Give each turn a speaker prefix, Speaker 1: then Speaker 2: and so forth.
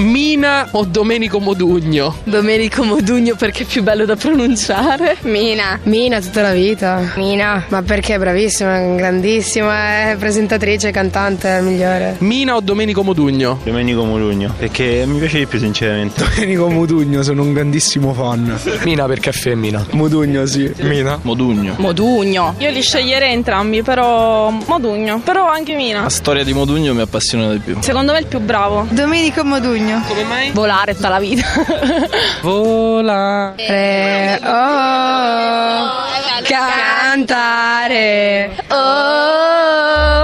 Speaker 1: Mina o Domenico Modugno?
Speaker 2: Domenico Modugno perché è più bello da pronunciare.
Speaker 3: Mina,
Speaker 4: Mina tutta la vita.
Speaker 3: Mina,
Speaker 4: Ma perché è bravissima, grandissima, eh, è presentatrice, cantante, è migliore.
Speaker 1: Mina o Domenico Modugno?
Speaker 5: Domenico Molugno perché mi piace di più sinceramente
Speaker 6: Domenico Modugno, sono un grandissimo fan.
Speaker 7: Mina perché è femmina.
Speaker 6: Modugno, sì.
Speaker 7: Mina.
Speaker 5: Modugno
Speaker 2: Modugno.
Speaker 8: Io li sceglierei entrambi, però Modugno, però anche Mina.
Speaker 5: La storia di Modugno mi appassiona di più
Speaker 8: Secondo me è il più bravo.
Speaker 4: Domenico Modugno.
Speaker 1: Come mai?
Speaker 2: Volare tutta la vita.
Speaker 1: Vola.
Speaker 4: Re, oh, cantare.
Speaker 2: Oh.